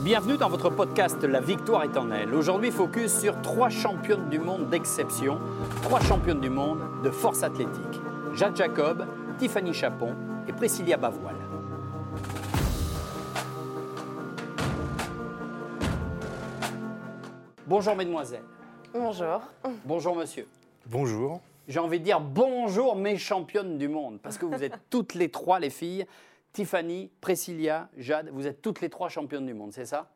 Bienvenue dans votre podcast La victoire est en elle. Aujourd'hui, focus sur trois championnes du monde d'exception, trois championnes du monde de force athlétique. Jade Jacob, Tiffany Chapon et Priscilla Bavoil. Bonjour mesdemoiselles. Bonjour. Bonjour monsieur. Bonjour. J'ai envie de dire bonjour mes championnes du monde parce que vous êtes toutes les trois les filles. Tiffany, Priscilla, Jade, vous êtes toutes les trois championnes du monde, c'est ça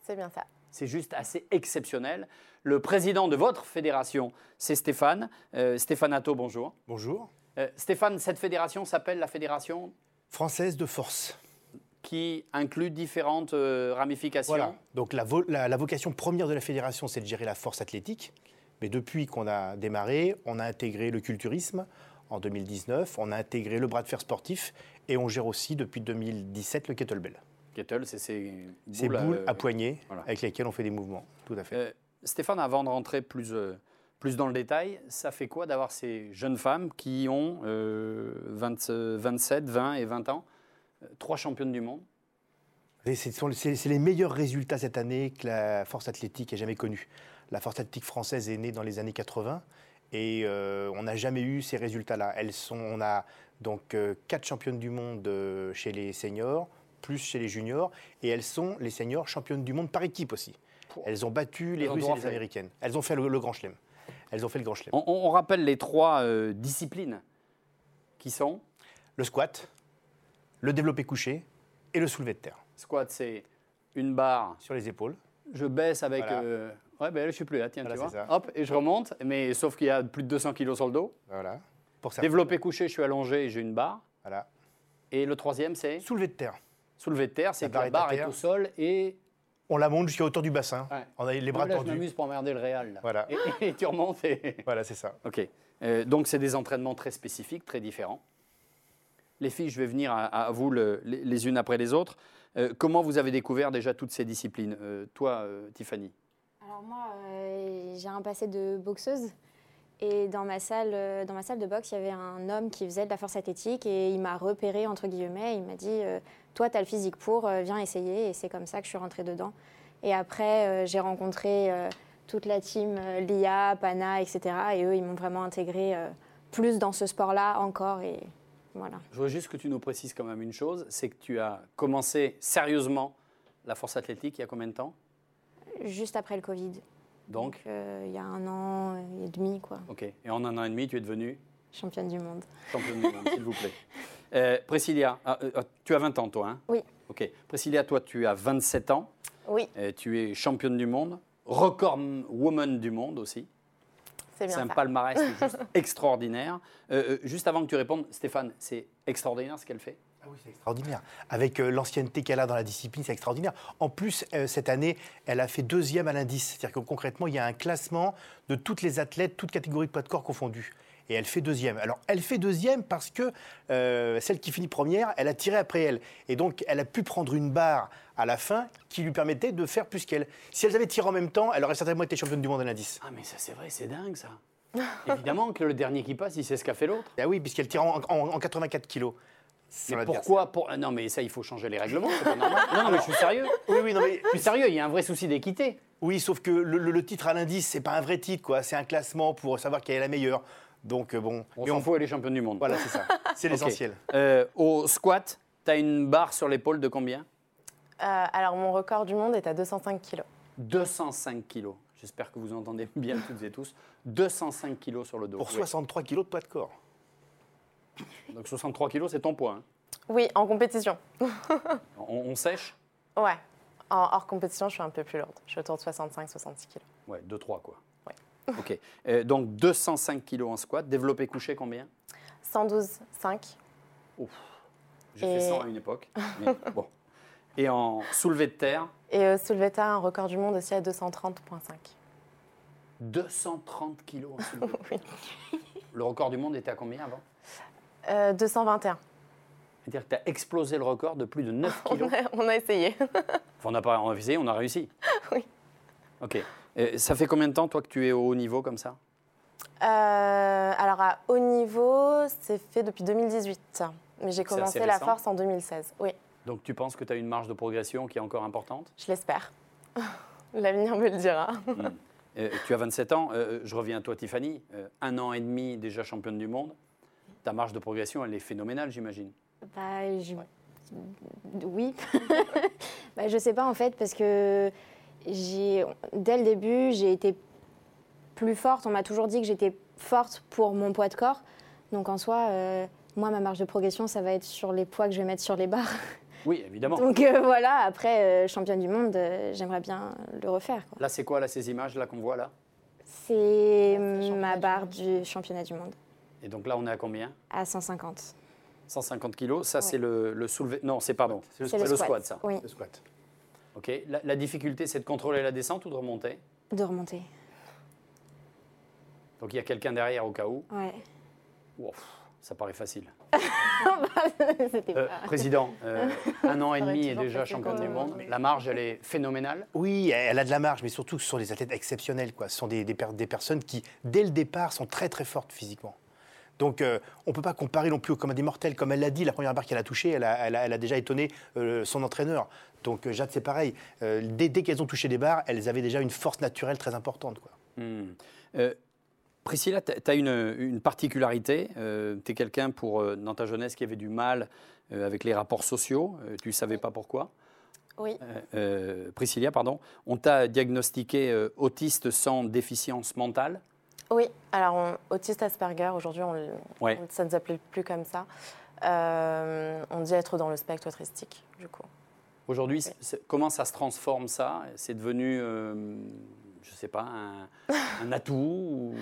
C'est bien ça. C'est juste assez exceptionnel. Le président de votre fédération, c'est Stéphane. Euh, Stéphane Atto, bonjour. Bonjour. Euh, Stéphane, cette fédération s'appelle la fédération Française de force. qui inclut différentes euh, ramifications. Voilà. Donc la, vo- la- la vocation première de la fédération, c'est de gérer la force athlétique. Mais depuis qu'on a démarré, on a intégré le culturisme en 2019, on a intégré le bras de fer sportif et on gère aussi depuis 2017 le kettlebell. Kettle, c'est ces Ces boules, boules, euh, à poignée voilà. avec lesquelles on fait des mouvements. Tout à fait. Euh, Stéphane, avant de rentrer plus, euh, plus dans le détail, ça fait quoi d'avoir ces jeunes femmes qui ont euh, 20, euh, 27, 20 et 20 ans, euh, trois championnes du monde Et C'est sont- c'est- c'est les meilleurs résultats cette année que la force athlétique ait jamais connus. La force athlétique française est née dans les années 80 et euh, on n'a jamais eu ces résultats-là. Elles sont, on a donc euh, quatre championnes du monde euh, chez les seniors, plus chez les juniors, et elles sont les seniors championnes du monde par équipe aussi. Pouah. Elles ont battu les Elles ont Russes droit et les fait. Américaines. Elles ont fait le, le Grand Chelem. Elles ont fait le Grand Chelem. on, on- on rappelle les trois euh, disciplines qui sont Le squat, le développé couché et le soulevé de terre squat, c'est une barre, sur les épaules. je baisse avec. Voilà. euh, ouais, ben là, je suis plus là, tiens, Voilà, tu c'est vois. ça. Hop, et je remonte, mais sauf qu'il y a plus de 200 kilos sur le dos. Voilà. Pour ça. Développé couché, je suis allongé et j'ai une barre. Voilà. Et le troisième, c'est Soulevé de terre. soulevé de terre, c'est La que barre la barre est est à terre. au sol et On la monte jusqu'à hauteur du bassin. Ouais. On a les Moi, bras là, je tendus. m'amuse pour emmerder le Real. là. Voilà. Et, et tu remontes et... Voilà, c'est ça. Ok. Euh, donc, c'est des entraînements très spécifiques, très différents. Les filles, je vais venir à, à vous le- les, les unes après les autres. Euh, comment vous avez découvert déjà toutes ces disciplines Euh, Toi, euh, Tiffany Alors moi, euh, j'ai un passé de boxeuse. Et dans ma salle, euh, dans ma salle de boxe, il y avait un homme qui faisait de la force athlétique et il m'a repéré entre guillemets. Il m'a dit euh, "Toi, t'as le physique pour, euh, viens essayer." Et c'est comme ça que je suis rentrée dedans. Et après, euh, j'ai rencontré euh, toute la team euh, Lia, Pana, etc. Et eux, ils m'ont vraiment intégrée euh, plus dans ce sport-là encore. Et voilà. Je veux juste que tu nous précises quand même une chose c'est que tu as commencé sérieusement la force athlétique il y a combien de temps Juste après le Covid, Donc, euh, il y a un an et demi, quoi, ok. Et en un an et demi, tu es devenue championne du monde. championne du monde, s'il vous plaît. Euh, Priscilla, ah, euh, ah, tu as 20 ans, toi hein Oui. Ok. Priscilla, toi, tu as 27 ans. Oui, Euh, tu es championne du monde, record m- woman du monde aussi. C'est c'est bien un ça. palmarès juste extraordinaire. Euh, euh, juste avant que tu répondes, Stéphane, c'est extraordinaire ce qu'elle fait. Ah oui, c'est extraordinaire. Avec euh, l'ancienneté qu'elle a dans la discipline, c'est extraordinaire. En plus, euh, cette année, elle a fait deuxième à l'indice. C'est-à-dire que concrètement, il y a un classement de toutes les athlètes, toutes catégories de poids de corps confondues. Et elle fait deuxième. Alors, elle fait deuxième parce que euh, celle qui finit première, elle a tiré après elle. Et donc, elle a pu prendre une barre à la fin qui lui permettait de faire plus qu'elle. Si elles avaient tiré en même temps, elle aurait certainement été championne du monde à l'indice. Ah mais ça c'est vrai, c'est dingue ça. Évidemment que le dernier qui passe, il sait ce qu'a fait l'autre. Ah oui, puisqu'elle tire en, en- en 84 kilos. Mais Son pourquoi pour... Ah, Non mais ça, il faut changer les règlements. c'est pas normal. Non, non mais je suis sérieux. Oui, oui, non, mais Je suis sérieux, il y a un vrai souci d'équité. Oui, sauf que le, le- le titre à l'indice, c'est pas un vrai titre, quoi. C'est un classement pour savoir quelle est la meilleure. Donc euh, bon, On mais s'en fout, elle est championne du monde. Voilà, c'est ça. C'est Ok. l'essentiel. Euh, au squat, tu as une barre sur l'épaule de combien Euh, alors, mon record du monde est à 205 kilos. 205 kilos. J'espère que vous entendez bien toutes et tous. 205 kilos sur le dos. Pour Ouais. 63 kilos de poids de corps. Donc 63 kilos, c'est ton poids. hein. Oui, en compétition. On, on sèche Ouais. En hors compétition, je suis un peu plus lourde. Je suis autour de 65-66 kilos. Ouais, 2-3 quoi. Ouais. Ok. Euh, donc 205 kilos en squat. Développé couché, combien 112,5. J'ai Et- fait 100 à une époque. mais bon. Et en soulevé de terre, Et euh, soulevé de terre, un record du monde aussi à 230,5. 230 kilos en soulevé de terre. Le record du monde était à combien avant Euh, 221. C'est-à-dire que tu as explosé le record de plus de 9 On kilos. a, on a essayé. Enfin, on n'a pas on a essayé, on a réussi. Oui. Ok. Euh, ça fait combien de temps, toi, que tu es au haut niveau comme ça Euh, alors, à haut niveau, c'est fait depuis 2018. Mais Donc, j'ai c'est assez commencé la récent. force en 2016. Oui. Donc tu penses que tu as une marge de progression qui est encore importante Je l'espère. L'avenir me le dira. Euh, Tu as 27 ans, euh, je reviens à toi Tiffany, Euh, un an et demi déjà championne du monde. Ta marge de progression, elle est phénoménale, j'imagine. Bah, je- Oui. bah, je sais pas en fait parce que j'ai dès le début j'ai été plus forte. On m'a toujours dit que j'étais forte pour mon poids de corps. Donc en soi, euh, moi ma marge de progression ça va être sur les poids que je vais mettre sur les barres. Oui, évidemment. Donc euh, voilà. Après euh, championne du monde, euh, j'aimerais bien le refaire. quoi. Là, c'est quoi là, ces images là qu'on voit là C'est C'est le ma championnat du barre monde. du championnat du monde Et donc là, on est à combien à 150. 150 kilos, ça c'est le, le soulevé. Non, c'est pardon. C'est le C'est le squat, ça. Oui, Le squat. Ok. La, la difficulté, c'est de contrôler la descente ou de remonter. de remonter. Donc il y a quelqu'un derrière au cas où. Ouais. Ouah, pff, ça paraît facile. C'était Euh, pas- président, euh, un an et Ça aurait demi et toujours déjà fait championne du comme, monde. La marge, elle est phénoménale. Oui, elle a de la marge, mais surtout ce sont des athlètes exceptionnels. Quoi. Ce sont des, des per- des personnes qui, dès le départ, sont très très fortes physiquement. Donc euh, on ne peut pas comparer non plus comme des mortels. Comme elle l'a dit, la première barre qu'elle a touchée, elle a, elle a- elle a déjà étonné euh, son entraîneur. Donc euh, Jade, c'est pareil. Euh, dès dès qu'elles ont touché des barres, elles avaient déjà une force naturelle très importante. Quoi. Hmm. Euh, Priscilla, tu as une, une particularité. tu es quelqu'un pour, euh, dans ta jeunesse qui avait du mal euh, avec les rapports sociaux. Euh, tu ne savais pas pourquoi. Oui. Euh, euh, Priscilla, pardon. On t'a diagnostiqué euh, autiste sans déficience mentale. Oui, alors on- autiste Asperger, aujourd'hui, on, le- Ouais. on- ça ne s'appelait plus comme ça. Euh, on dit être dans le spectre autistique, du coup. Aujourd'hui, c'est- c'est- comment ça se transforme ça C'est devenu, euh, je ne sais pas, un, un atout ou-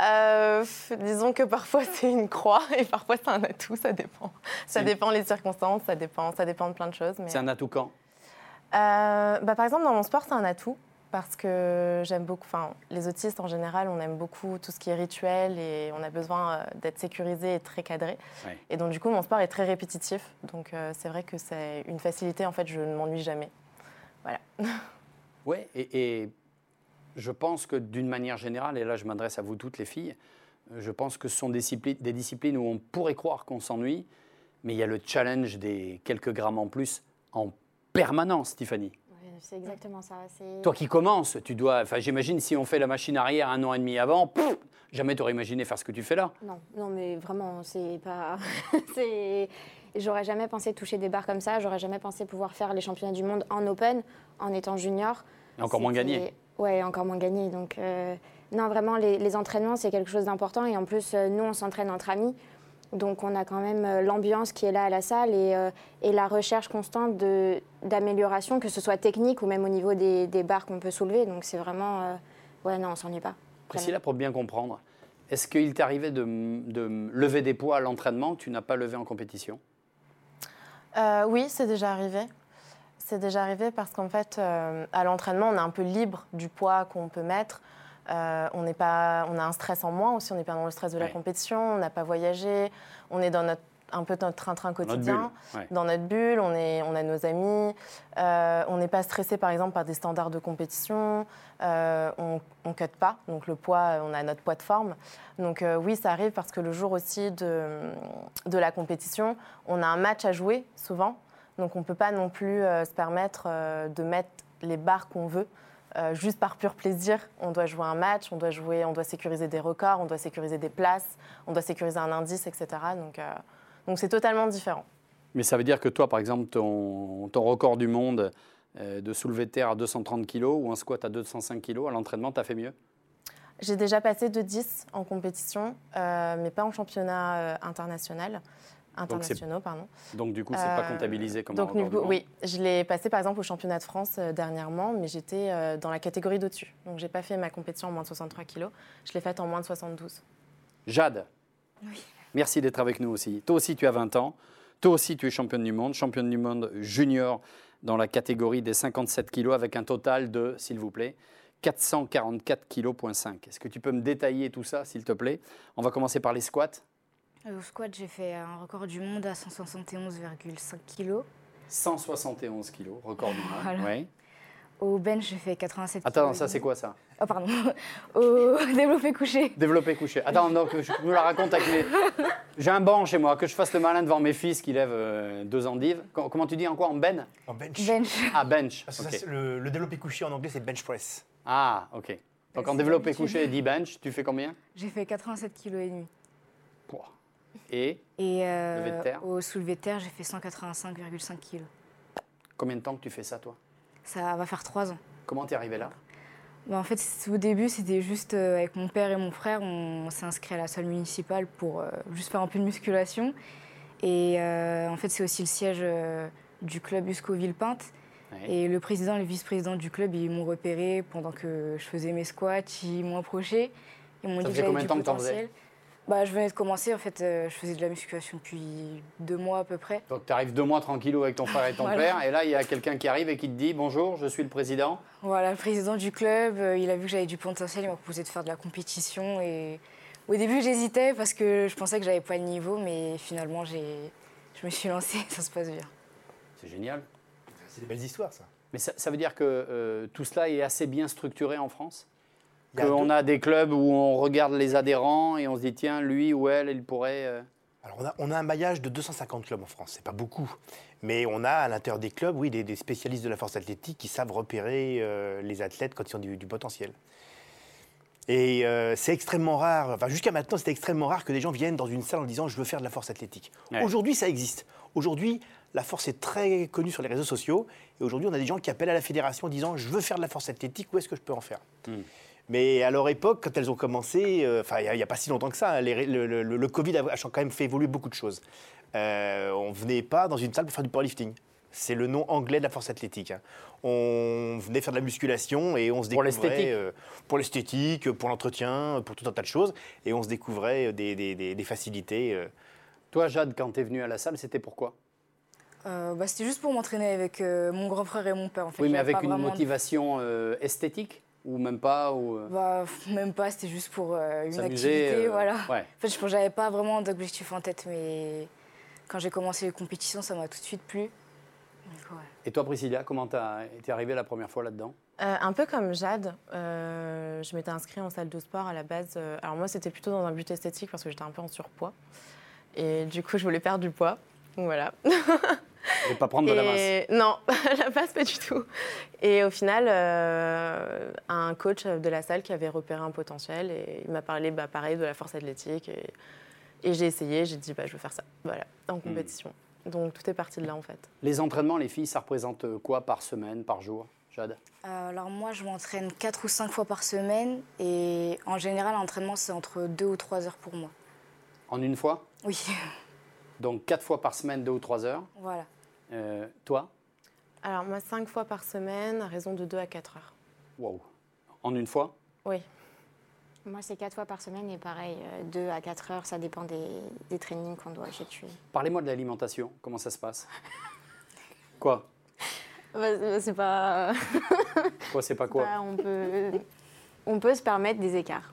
Euh, f- disons que parfois c'est une croix et parfois c'est un atout, ça dépend. Ça C'est- dépend les circonstances, ça dépend, ça dépend de plein de choses. Mais... C'est un atout quand Euh, bah, par exemple, dans mon sport, c'est un atout parce que j'aime beaucoup. Enfin, les autistes en général, on aime beaucoup tout ce qui est rituel et on a besoin euh, d'être sécurisé et très cadré. Ouais. Et donc, du coup, mon sport est très répétitif. Donc, euh, c'est vrai que c'est une facilité. En fait, je ne m'ennuie jamais. Oui, et, et je pense que d'une manière générale, et là je m'adresse à vous toutes les filles, euh, je pense que ce sont des disciplines, des disciplines où on pourrait croire qu'on s'ennuie, mais il y a le challenge des quelques grammes en plus en permanence, Stéphanie. Ouais, c'est exactement ça. c'est- Toi qui commences, tu dois. Enfin, j'imagine si on fait la machine arrière un an et demi avant, pff, jamais t'aurais imaginé faire ce que tu fais là. Non, non, mais vraiment, c'est pas. c'est. J'aurais jamais pensé toucher des barres comme ça. J'aurais jamais pensé pouvoir faire les championnats du monde en open en étant junior. Et encore moins C'était- gagné. Ouais, encore moins gagné. Donc, euh, non, vraiment, les, les entraînements, c'est quelque chose d'important. Et en plus, euh, nous, on s'entraîne entre amis. Donc, on a quand même euh, l'ambiance qui est là à la salle et, euh, et la recherche constante de- d'amélioration, que ce soit technique ou même au niveau des, des barres qu'on peut soulever. Donc, c'est vraiment. euh, ouais, non, on s'ennuie pas. Priscilla, pour bien comprendre, est-ce qu'il t'arrivait de, m- de m- lever des poids à l'entraînement que tu n'as pas levé en compétition Euh, oui, c'est déjà arrivé. C'est déjà arrivé parce qu'en fait, euh, à l'entraînement, on est un peu libre du poids qu'on peut mettre. Euh, on, n'est pas, on a un stress en moins aussi, on n'est pas dans le stress de la Ouais. compétition, on n'a pas voyagé, on est dans notre, un peu notre train-train Notre quotidien. bulle, ouais. dans notre bulle, on, est, on a nos amis, euh, on n'est pas stressé par exemple par des standards de compétition, euh, on ne cut pas, donc le poids, on a notre poids de forme. Donc euh, oui, ça arrive parce que le jour aussi de, de la compétition, on a un match à jouer souvent, donc on ne peut pas non plus euh, se permettre euh, de mettre les barres qu'on veut. euh, juste par pur plaisir, on doit jouer un match, on doit jouer, on doit sécuriser des records, on doit sécuriser des places, on doit sécuriser un indice, etc. Donc, euh, donc c'est totalement différent. Mais ça veut dire que toi, par exemple, ton, ton record du monde euh, de soulever de terre à 230 kg ou un squat à 205 kg, à l'entraînement, tu as fait mieux J'ai déjà passé de 10 en compétition, euh, mais pas en championnat euh, international. c'est- Internationaux, pardon. Donc, du coup, c'est pas Euh, comptabilisé comme un Donc, record du du coup, monde. oui, je l'ai passé par exemple au championnat de France euh, dernièrement, mais j'étais euh, dans la catégorie d'au-dessus. Donc, j'ai pas fait ma compétition en moins de 63 kilos, je l'ai faite en moins de 72. Jade, merci d'être avec nous aussi. Toi aussi, tu as 20 ans. Toi aussi, tu es championne du monde, championne du monde junior dans la catégorie des 57 kilos avec un total de, s'il vous plaît, 444,5 kg. Est-ce que tu peux me détailler tout ça, s'il te plaît On va commencer par les squats. Euh, Au squat, j'ai fait un record du monde à 171,5 kg. 171 kg, record du monde. Voilà. Ouais. Au bench, j'ai fait 87 Attends, kilos. ça c'est quoi ça Oh, pardon. Au développé couché. Développé couché. Attends, non, que je nous la raconte avec mes... J'ai un banc chez moi, que je fasse le malin devant mes fils qui lèvent euh, deux endives. Com- comment tu dis en quoi En ben En bench. Bench. Ah, bench. Parce que ça, Ok. c'est le, le développé couché en anglais, c'est bench press. Ah, ok. Donc en C'est développé d'habitude. couché et 10 bench, tu fais combien J'ai fait 87 kilos et demi. Pouah. Et Et Levé de euh, terre. au soulevé de terre, j'ai fait 185,5 kilos. combien de temps que tu fais ça, toi Ça va faire 3 ans. Comment t'es arrivé là Bah, en fait, c'est- au début, c'était juste euh, avec mon père et mon frère, on, on s'est inscrit à la salle municipale pour euh, juste faire un peu de musculation. Et euh, en fait, c'est aussi le siège euh, du club Usco Villepinte. Ouais. Et le président et le vice-président du club, ils m'ont repéré pendant que je faisais mes squats, ils m'ont approché. Ils m'ont Ça dit que faisait j'avais combien du de temps que t'en potentiel. bah, je venais de commencer, en fait, euh, je faisais de la musculation depuis deux mois à peu près. Donc tu arrives deux mois tranquillou avec ton frère et ton Voilà. père, et là il y a quelqu'un qui arrive et qui te dit bonjour, je suis le président. Voilà, le président du club, euh, il a vu que j'avais du potentiel, il m'a proposé de faire de la compétition. Et au début, j'hésitais parce que je pensais que j'avais pas le niveau, mais finalement, j'ai, je me suis lancée, ça se passe bien. C'est génial. C'est des belles histoires, ça. Mais ça, ça veut dire que euh, tout cela est assez bien structuré en France Il y a Qu'on deux- a des clubs où on regarde les adhérents et on se dit tiens, lui ou elle, il pourrait. euh, Alors on a, on a un maillage de 250 clubs en France, c'est pas beaucoup, mais on a à l'intérieur des clubs, oui, des, des spécialistes de la force athlétique qui savent repérer euh, les athlètes quand ils ont du, du potentiel. Et euh, c'est extrêmement rare, enfin jusqu'à maintenant c'était extrêmement rare que des gens viennent dans une salle en disant je veux faire de la force athlétique. Ouais. Aujourd'hui ça existe. Aujourd'hui la force est très connue sur les réseaux sociaux et aujourd'hui on a des gens qui appellent à la fédération en disant je veux faire de la force athlétique, où est-ce que je peux en faire mais à leur époque, quand elles ont commencé, euh, enfin, il n'y a, pas si longtemps que ça, hein, les ré- le, le- le- le Covid a, a quand même fait évoluer beaucoup de choses. Euh, on ne venait pas dans une salle pour faire du powerlifting. C'est le nom anglais de la force athlétique. hein. On venait faire de la musculation et on se Pour découvrait... l'esthétique. euh, pour l'esthétique, pour l'entretien, pour tout un tas de choses. Et on se découvrait euh, des, des- des- des facilités. euh. Toi, Jade, quand tu es venue à la salle, c'était pourquoi Euh, bah, c'était juste pour m'entraîner avec euh, mon grand frère et mon père. En fait, Oui, mais j'avais avec pas une vraiment de- motivation euh, esthétique Ou même pas ou, euh, Bah, pff, même pas, c'était juste pour euh, une s'amuser, activité, euh, voilà. ouais. En fait, je pense que j'avais pas vraiment d'objectif en tête, mais quand j'ai commencé les compétitions, ça m'a tout de suite plu. Donc, ouais. Et toi, Priscilla, comment t'as- t'es arrivée la première fois là-dedans Euh, un peu comme Jade, euh, je m'étais inscrite en salle de sport à la base. Euh, alors moi, c'était plutôt dans un but esthétique parce que j'étais un peu en surpoids. Et du coup, je voulais perdre du poids. Donc voilà. Et pas prendre de la masse. Et- Non, la masse, pas du tout. Et au final, euh, un coach de la salle qui avait repéré un potentiel et il m'a parlé, bah, pareil, de la force athlétique. Et, et j'ai essayé, j'ai dit, bah, je veux faire ça. Voilà, Hmm. en compétition. Donc tout est parti de là, en fait. Les entraînements, les filles, ça représente euh, quoi par semaine, par jour, Jade Euh, Alors moi, je m'entraîne 4 ou 5 fois par semaine et en général, l'entraînement, c'est entre 2 ou 3 heures pour moi. En une fois Oui, Donc quatre fois par semaine, deux ou trois heures. voilà. Euh, toi Alors moi, cinq fois par semaine, à raison de 2 à 4 heures. Waouh. En une fois Oui. Moi, c'est quatre fois par semaine et pareil, euh, deux à quatre heures, ça dépend des, des trainings qu'on doit effectuer. Parlez-moi de l'alimentation, comment ça se passe Quoi c'est pas. Quoi, c'est pas Bah, quoi on, peut, on peut se permettre des écarts.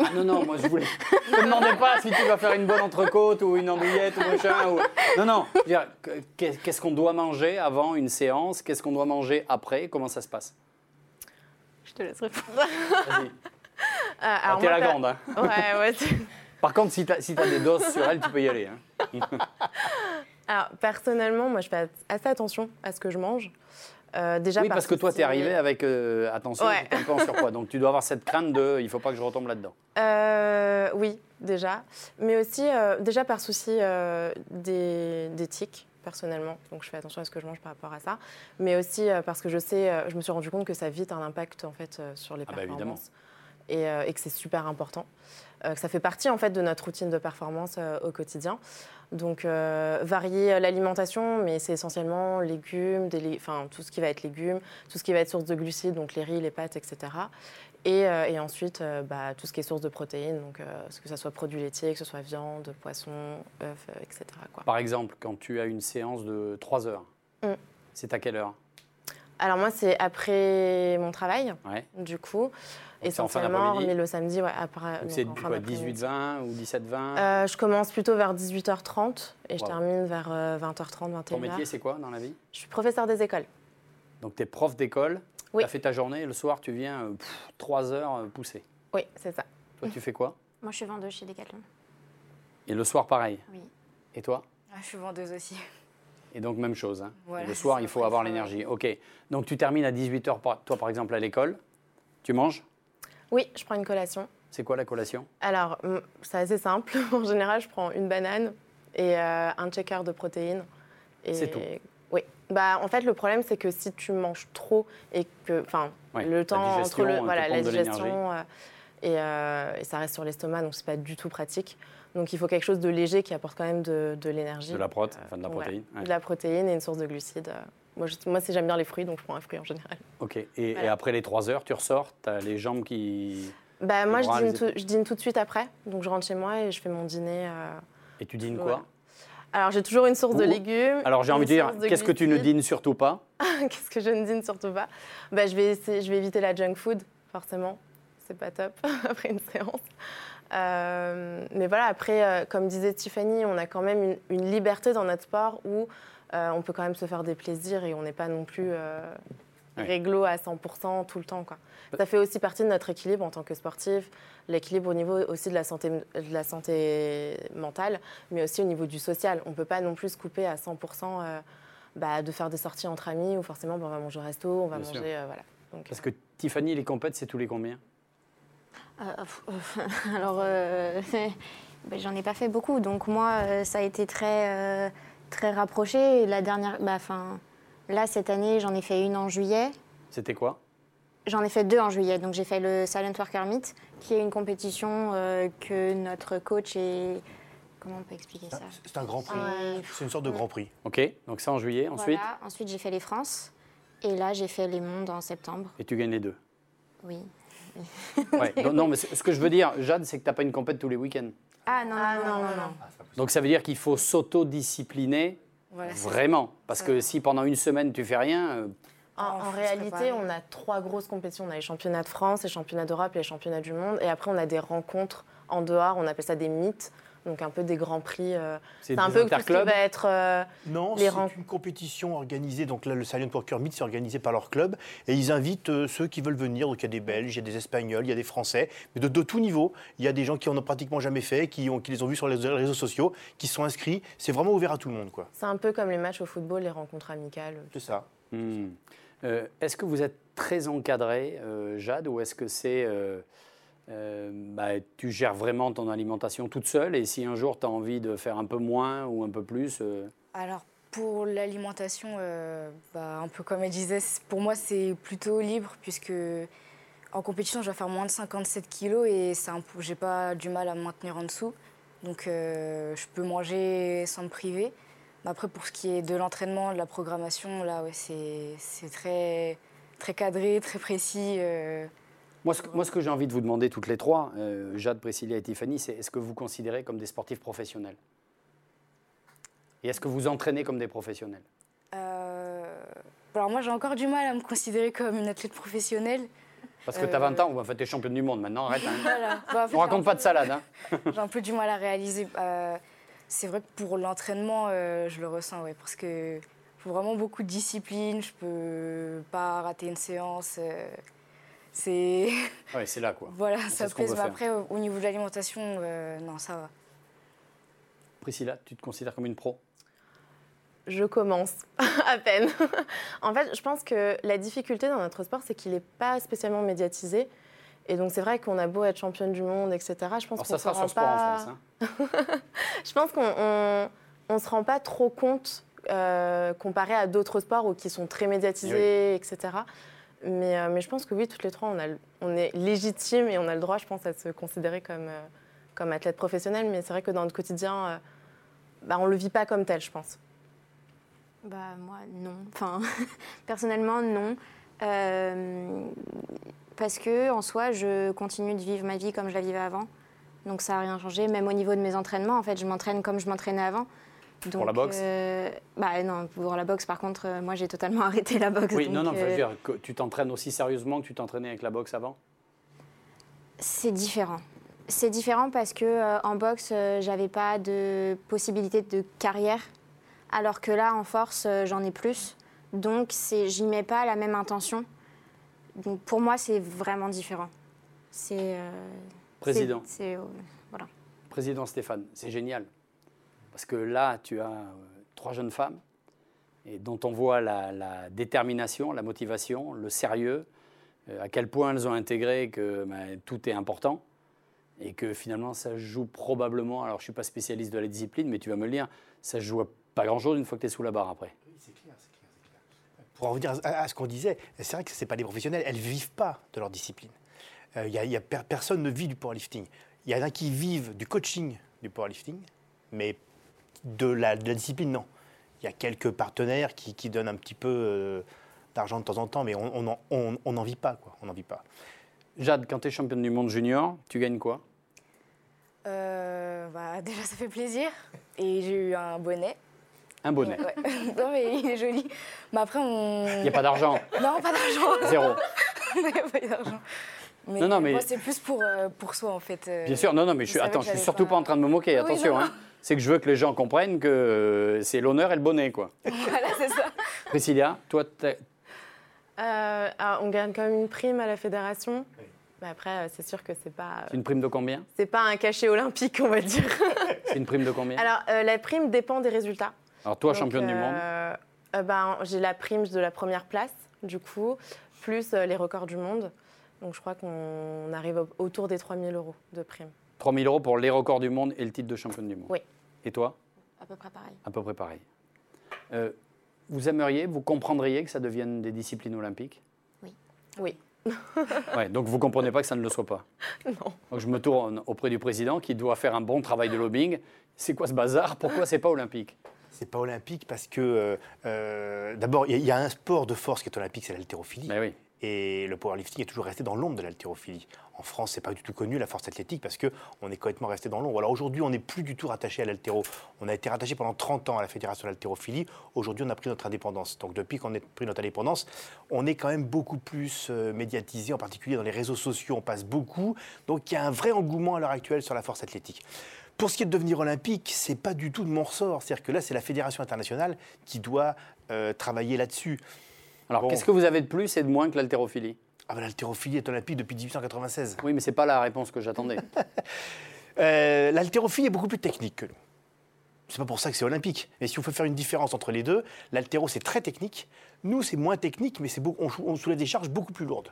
Ah, Non, non, moi je voulais. Ne me demandez pas si tu vas faire une bonne entrecôte ou une andouillette ou machin. Ou... Non, non. je veux dire, que- qu'est- Qu'est-ce qu'on doit manger avant une séance Qu'est-ce qu'on doit manger après Comment ça se passe Je te laisse répondre. Vas-y. Euh, alors Ah, T'es moi, la pas- grande. hein. Ouais, ouais. c'est- Par contre, si t'as si t'as des doses sur elle, tu peux y aller. hein. Alors, personnellement, moi, je fais assez attention à ce que je mange. Euh, déjà Oui, parce que toi, si- t'es arrivé avec euh, attention, Ouais. j'étais un peu en surpoids. Donc tu dois avoir cette crainte de il faut pas que je retombe là-dedans. Euh, oui, déjà. Mais aussi, euh, déjà par souci euh, des- d'éthique, personnellement. Donc, je fais attention à ce que je mange par rapport à ça. Mais aussi euh, parce que je sais, euh, je me suis rendu compte que ça a vite un impact, en fait, euh, sur les Ah bah, évidemment. performances. et, euh, et que c'est super important. Euh, que ça fait partie, en fait, de notre routine de performance euh, au quotidien. Donc, euh, varier euh, l'alimentation, mais c'est essentiellement légumes, des lé- enfin, tout ce qui va être légumes, tout ce qui va être source de glucides, donc les riz, les pâtes, etc. Et, euh, et ensuite, euh, bah, tout ce qui est source de protéines, donc euh, que ce soit produits laitiers, que ce soit viande, poisson, œufs, euh, etc. quoi. Par exemple, quand tu as une séance de 3 heures, Mm. c'est à quelle heure Alors moi, c'est après mon travail, ouais. du coup, c'est en fin essentiellement, d'après-midi. mais le samedi, ouais, après. Donc donc C'est en fin quoi, d'après-midi. 18-20 ou 17-20 Euh, Je commence plutôt vers 18h30 et je Wow. termine vers euh, 20h30, Ton métier, 21h. c'est quoi dans la vie Je suis professeur des écoles. Donc, tu es prof d'école Oui. Tu as fait ta journée, le soir, tu viens euh, pff, trois heures euh, pousser. Oui, c'est ça. Toi, tu fais quoi Moi, je suis vendeuse chez Decathlon. Et le soir, pareil. Oui. Et toi Ah, je suis vendeuse aussi. Et donc, même chose. hein. Voilà, Et le soir, c'est il faut après, avoir il faut- l'énergie. OK. Donc, tu termines à 18h, toi, par exemple, à l'école. Tu manges Oui, je prends une collation. C'est quoi la collation Alors, mm, c'est assez simple. En général, je prends une banane et euh, un checker de protéines. Et- C'est tout. Oui. Bah, en fait, le problème, c'est que si tu manges trop et que, enfin, Ouais, la le temps entre digestion, elle le, te voilà, la pompe de l'énergie. digestion euh, et, euh, et ça reste sur l'estomac, donc c'est pas du tout pratique. Donc, il faut quelque chose de léger qui apporte quand même de, de l'énergie. De la prot, Euh, enfin de la donc, voilà. protéine. ouais. De la protéine et une source de glucides. euh. Moi, je- moi, si j'aime bien les fruits, donc je prends un fruit en général. OK. Et, et Voilà. après les 3 heures, tu ressors, tu as les jambes qui. Bah, moi, je bras, dîne, les tout, je dîne tout de suite après, donc je rentre chez moi et je fais mon dîner. euh, Et tu dînes Voilà. quoi Alors, j'ai toujours une source de Ou- légumes. Alors, j'ai une envie de dire, source qu'est-ce que tu ne glucides. dînes surtout pas Qu'est-ce que je ne dîne surtout pas bah, je, vais essayer- je vais éviter la junk food, forcément. C'est pas top après une séance. Euh, mais voilà, après, euh, comme disait Tiffany, on a quand même une, une liberté dans notre sport où euh, on peut quand même se faire des plaisirs et on n'est pas non plus euh, Ouais. Bah réglo à 100% tout le temps. Quoi. Ça fait aussi partie de notre équilibre en tant que sportif, l'équilibre au niveau aussi de la, santé, de la santé mentale, mais aussi au niveau du social. On ne peut pas non plus se couper à 100% euh, bah, de faire des sorties entre amis où forcément bah, on va manger au resto, on va Bien sûr. manger. euh, voilà. Donc, Parce que Tiffany, les compètes, c'est tous les combien Euh, pff, euh, alors, euh, ben, j'en ai pas fait beaucoup. Donc, moi, euh, ça a été très, euh, très rapproché. La dernière, bah, fin, là, cette année, j'en ai fait une en juillet. C'était quoi J'en ai fait deux en juillet. Donc, j'ai fait le Silent Worker Meet, qui est une compétition euh, que notre coach est. Comment on peut expliquer ça Ah C'est un grand prix. Ouais. C'est une sorte de grand prix. OK. Donc, ça en juillet. Ensuite, Voilà. Ensuite, j'ai fait les France. Et là, j'ai fait les mondes en septembre. et tu gagnes les deux. Oui. Ouais. non, non, mais ce ce que je veux dire, Jade, c'est que tu n'as pas une compète tous les week-ends. Ah non, Ah, non, non, non. Donc, ça veut dire qu'il faut s'autodiscipliner Voilà, c'est- vraiment. Parce que si pendant une semaine, tu fais rien, euh, En, Ah, en on se réalité, prépare. on a trois grosses compétitions. On a les championnats de France, les championnats d'Europe et les championnats du monde. Et après, on a des rencontres en dehors. On appelle ça des mythes, donc un peu des grands prix. euh. c'est C'est un des peu tout ce qui interclubs. va être. euh, Non, Les c'est ren- une compétition organisée. Donc là, le Salon Poker Meet, c'est organisé par leur club. Et ils invitent euh, ceux qui veulent venir. Donc il y a des Belges, il y a des Espagnols, il y a des Français, mais de, de tout niveau. Il y a des gens qui en ont pratiquement jamais fait, qui, ont, qui les ont vus sur les réseaux sociaux, qui sont inscrits. C'est vraiment ouvert à tout le monde, quoi. C'est un peu comme les matchs au football, les rencontres amicales. C'est ça. Hmm. Euh, est-ce que vous êtes très encadré, euh, Jade, ou est-ce que c'est. euh, euh, bah, tu gères vraiment ton alimentation toute seule et si un jour tu as envie de faire un peu moins ou un peu plus, euh, Alors, pour l'alimentation, euh, bah, un peu comme elle disait, c'est- pour moi, c'est plutôt libre puisque en compétition, je vais faire moins de 57 kilos et c'est un peu- j'ai pas du mal à me maintenir en dessous. Donc, euh, je peux manger sans me priver. Mais après, pour ce qui est de l'entraînement, de la programmation, là, ouais, c'est c'est très, très cadré, très précis. euh. Moi, ce que, moi, ce que j'ai envie de vous demander toutes les trois, euh, Jade, Priscilla et Tiffany, c'est est-ce que vous considérez comme des sportifs professionnels Et est-ce que vous entraînez comme des professionnels Euh, Alors, moi, j'ai encore du mal à me considérer comme une athlète professionnelle. Parce que tu as Euh, 20 ans, ou en fait, tu es championne du monde maintenant, arrête. hein. Voilà. Bah, en fait, On raconte j'ai un pas de salade. hein. J'ai un peu du mal à réaliser. Euh, c'est vrai que pour l'entraînement, euh, je le ressens, ouais, parce que faut vraiment beaucoup de discipline. Je peux pas rater une séance. euh, c'est Ouais, c'est là, quoi. voilà, sait ça ce qu'on pèse. veut Mais faire. après, au, au niveau de l'alimentation, euh, non, ça va. Priscilla, tu te considères comme une pro Je commence à peine. en fait, je pense que la difficulté dans notre sport, c'est qu'il n'est pas spécialement médiatisé. Et donc, c'est vrai qu'on a beau être championne du monde, etc. Je pense Alors, qu'on ça se sera rend sur Sport pas- en France. hein. Je pense qu'on on, on se rend pas trop compte euh, comparé à d'autres sports où- qui sont très médiatisés, etc. Mais, euh, mais je pense que oui, toutes les trois, on, a, le- on est légitime et on a le droit, je pense, à se considérer comme, euh, comme athlète professionnel. Mais c'est vrai que dans notre quotidien, euh, bah, on le vit pas comme tel, je pense. Bah moi non. Enfin, personnellement non. Euh, parce que en soi, je continue de vivre ma vie comme je la vivais avant. Donc ça n'a rien changé. Même au niveau de mes entraînements, en fait, je m'entraîne comme je m'entraînais avant. Pour la Donc, boxe euh, Bah non, pour la boxe. Par contre, euh, moi j'ai totalement arrêté la boxe. Oui, donc, non, non, je veux euh, dire que tu t'entraînes aussi sérieusement que tu t'entraînais avec la boxe avant C'est différent. C'est différent parce que euh, en boxe, euh, j'avais pas de possibilité de carrière, alors que là, en force, euh, j'en ai plus. Donc, c'est, j'y mets pas la même intention. donc pour moi, c'est vraiment différent. C'est. euh, Président. c'est- euh, c'est- Président Stéphane, c'est génial. Parce que là, tu as euh, trois jeunes femmes et dont on voit la, la détermination, la motivation, le sérieux, euh, à quel point elles ont intégré que ben, tout est important et que finalement ça se joue probablement, alors je ne suis pas spécialiste de la discipline, mais tu vas me le dire, ça se joue à pas grand-chose une fois que tu es sous la barre après. C'est clair, c'est clair, c'est clair. Pour en revenir à, à ce qu'on disait, c'est vrai que ce n'est pas des professionnels, elles ne vivent pas de leur discipline. Euh, y a- y a per- personne ne vit du powerlifting. Il y en a qui vivent du coaching du powerlifting, mais de la, de la discipline, non. Il y a quelques partenaires qui, qui donnent un petit peu euh, d'argent de temps en temps, mais on n'en on, on n'en vit pas. Quoi. On n'en vit pas. Jade, quand tu es championne du monde junior, tu gagnes quoi Euh, bah, déjà, ça fait plaisir. Et j'ai eu un bonnet. Un bonnet. Ouais. non, mais il est joli. Mais après, on. Il n'y a pas d'argent, Non, pas d'argent. zéro. Il n'y a pas d'argent. Mais, Non, non, mais- moi, c'est plus pour, euh, pour soi, en fait. euh, Bien sûr, non, non, mais je je suis, savais attends, que je suis j'allais surtout pas- pas en train de me moquer, Ah oui, attention. non, hein. C'est que je veux que les gens comprennent que euh, c'est l'honneur et le bonnet, quoi. Voilà, c'est ça. Priscilla, toi, t'as- Euh, ah, on gagne quand même une prime à la fédération. Mais après, euh, c'est sûr que c'est pas, euh, c'est une prime de combien c'est pas un cachet olympique, on va dire. C'est une prime de combien Alors, Alors, euh, la prime dépend des résultats. toi, Donc, championne du euh, monde, euh, ben, J'ai la prime de la première place, du coup, plus euh, les records du monde. Donc, je crois qu'on arrive au- autour des 3000 euros de prime. 3000 euros pour les records du monde et le titre de championne du monde. Oui. Et toi à peu près pareil. À peu près pareil. Euh, vous aimeriez, vous comprendriez que ça devienne des disciplines olympiques Oui. Ouais, donc vous comprenez pas que ça ne le soit pas. Non. Donc je me tourne auprès du président qui doit faire un bon travail de lobbying. C'est quoi ce bazar Pourquoi c'est pas olympique C'est pas olympique parce que, euh, euh, d'abord, il y a- il y, a un sport de force qui est olympique, c'est l'haltérophilie. Mais Ben oui. Et le powerlifting est toujours resté dans l'ombre de l'haltérophilie. En France, c'est pas du tout connu la force athlétique parce que on est complètement resté dans l'ombre. Alors aujourd'hui, on n'est plus du tout rattaché à l'haltéro. On a été rattaché pendant 30 ans à la fédération de l'haltérophilie. Aujourd'hui, on a pris notre indépendance. Donc depuis qu'on a pris notre indépendance, on est quand même beaucoup plus euh, médiatisé, en particulier dans les réseaux sociaux. On passe beaucoup. Donc il y a un vrai engouement à l'heure actuelle sur la force athlétique. Pour ce qui est de devenir olympique, c'est pas du tout de mon ressort. C'est-à-dire que là, c'est la fédération internationale qui doit euh, travailler là-dessus. Alors Bon. qu'est-ce que vous avez de plus et de moins que l'haltérophilie Ah ben, l'haltérophilie est olympique depuis 1896. Oui, mais c'est pas la réponse que j'attendais. Euh, L'haltérophilie est beaucoup plus technique que nous. C'est pas pour ça que c'est olympique. Mais si on peut faire une différence entre les deux, l'haltéro c'est très technique. Nous c'est moins technique, mais c'est beaucoup- on, chou- on soulève des charges beaucoup plus lourdes.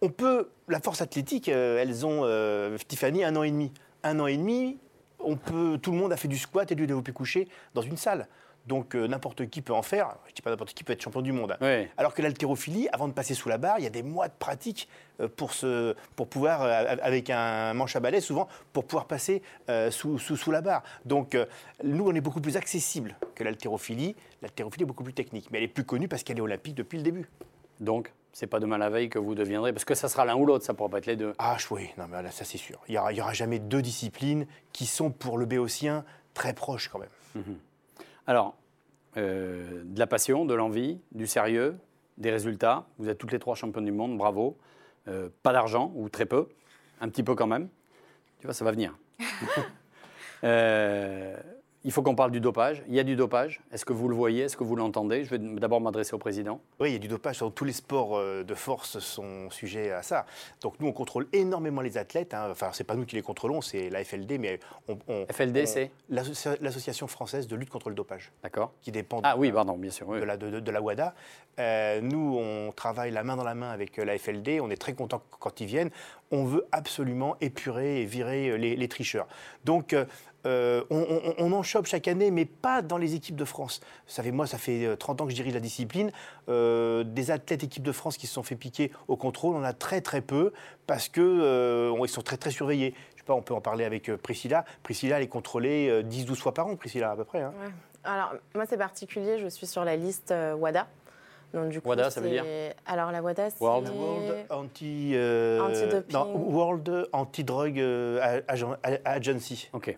On peut, la force athlétique, euh, elles ont euh, Tiffany un an et demi. Un an et demi, on peut, tout le monde a fait du squat et du développé couché dans une salle. Donc euh, n'importe qui peut en faire. Je dis pas n'importe qui peut être champion du monde. hein. oui. Alors que l'haltérophilie, avant de passer sous la barre, il y a des mois de pratique euh, pour, se- pour pouvoir, euh, avec un manche à balai souvent, pour pouvoir passer euh, sous, sous, sous la barre. Donc euh, nous, on est beaucoup plus accessible que l'haltérophilie. L'haltérophilie est beaucoup plus technique, mais elle est plus connue parce qu'elle est olympique depuis le début. Donc, c'est pas demain la veille que vous deviendrez, parce que ça sera l'un ou l'autre, ça pourra pas être les deux. Ah oui, non mais là, ça c'est sûr. Il n'y aura, il y aura jamais deux disciplines qui sont pour le béotien très proches quand même. Alors, euh, de la passion, de l'envie, du sérieux, des résultats. Vous êtes toutes les trois championnes du monde, bravo. Euh, pas d'argent, ou très peu, un petit peu quand même. Tu vois, ça va venir. Euh, il faut qu'on parle du dopage. Il y a du dopage. Est-ce que vous le voyez Est-ce que vous l'entendez Je vais d'abord m'adresser au président. Oui, il y a du dopage. dans Tous les sports euh, de force sont sujets à ça. Donc nous, on contrôle énormément les athlètes. hein. Enfin, c'est pas nous qui les contrôlons, c'est la FLD, mais on, on- FLD, on- c'est l'associa- l'association française de lutte contre le dopage, D'accord. qui dépend Ah oui, pardon, bien sûr. oui. de la, de, de- de la WADA. Euh, nous, on travaille la main dans la main avec euh, la FLD. On est très contents qu- quand ils viennent. On veut absolument épurer et virer euh, les, les tricheurs. Donc, euh, euh, on, on- on en chope chaque année, mais pas dans les équipes de France. Vous savez, moi, ça fait euh, 30 ans que je dirige la discipline. Euh, des athlètes équipes de France qui se sont fait piquer au contrôle, on en a très très peu parce que euh, on- ils sont très très surveillés. Je sais pas, on peut en parler avec euh, Priscilla. Priscilla, elle est contrôlée euh, 10-12 fois par an, Priscilla, à peu près. hein. Alors, moi, c'est particulier, je suis sur la liste euh, WADA. Donc, du coup, WADA, ça veut c'est- dire Alors, la WADA, c'est. World- World Anti. euh, Anti-doping. non, World Anti-Drug euh, Agen- A- Agency. Ok.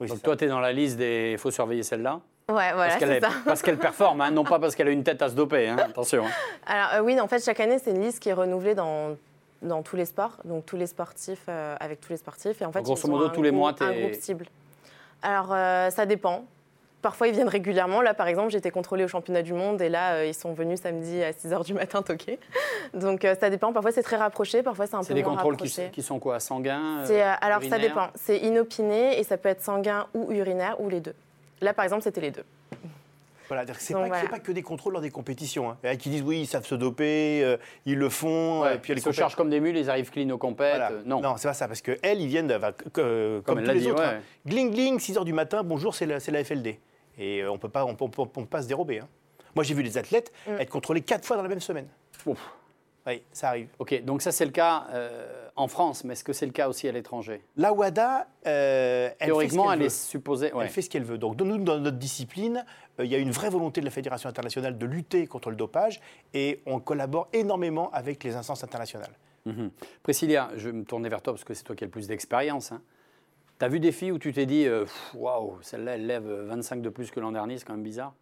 Oui, Donc c'est ça. toi, tu es dans la liste des. Il faut surveiller celle-là. Ouais, voilà, parce qu'elle c'est est- ça. parce qu'elle performe, hein, non pas parce qu'elle a une tête à se doper. hein, Attention. hein. Alors euh, oui, en fait, chaque année, c'est une liste qui est renouvelée dans, dans tous les sports, donc tous les sportifs, euh, avec tous les sportifs. Et en fait, Grosso ils ont modo, un tous les groupe- mois, t'es- un groupe cible. Alors, euh, ça dépend. Parfois, ils viennent régulièrement. Là, par exemple, j'étais contrôlée au championnat du monde et là, euh, ils sont venus samedi à 6 h du matin toquer. Donc, euh, ça dépend. Parfois, c'est très rapproché, parfois, c'est un C'est peu des moins contrôles qui, rapproché. sont- qui sont quoi Sanguins C'est, euh, euh, alors, ça urinaires dépend. C'est inopiné et ça peut être sanguin ou urinaire ou les deux. Là, par exemple, c'était les deux. Voilà, c'est-à-dire que c'est Donc, pas, voilà. c'est pas que des contrôles lors des compétitions. hein. Il y en a qui disent oui, ils savent se doper, euh, ils le font, Ouais, et puis ils les se chargent comme des mules, ils arrivent clean aux compètes. Voilà. euh, non. c'est pas ça, parce qu'elles, ils viennent d'avoir- que- que- comme, elle tous l'a les dit, autres. ouais. hein. Gling gling, 6 h du matin, bonjour, c'est la, c'est la FLD. Et euh, on peut pas, on, peut- on peut- on peut pas se dérober. hein. Moi, j'ai vu des athlètes Mm. être contrôlés 4 fois dans la même semaine. Ouf. Oui, ça arrive. Ok, donc ça c'est le cas euh, en France, mais est-ce que c'est le cas aussi à l'étranger La WADA, euh, elle Théoriquement, fait ce qu'elle elle est veut. supposée. ouais. Elle fait ce qu'elle veut. Donc, nous, dans notre discipline, euh, il y a une vraie volonté de la Fédération internationale de lutter contre le dopage et on collabore énormément avec les instances internationales. Mhm. Priscilla, je vais me tourner vers toi parce que c'est toi qui as le plus d'expérience. Hein. T'as vu des filles où tu t'es dit, euh, Pff, waouh, celle-là, elle lève euh, 25 de plus que l'an dernier, c'est quand même bizarre.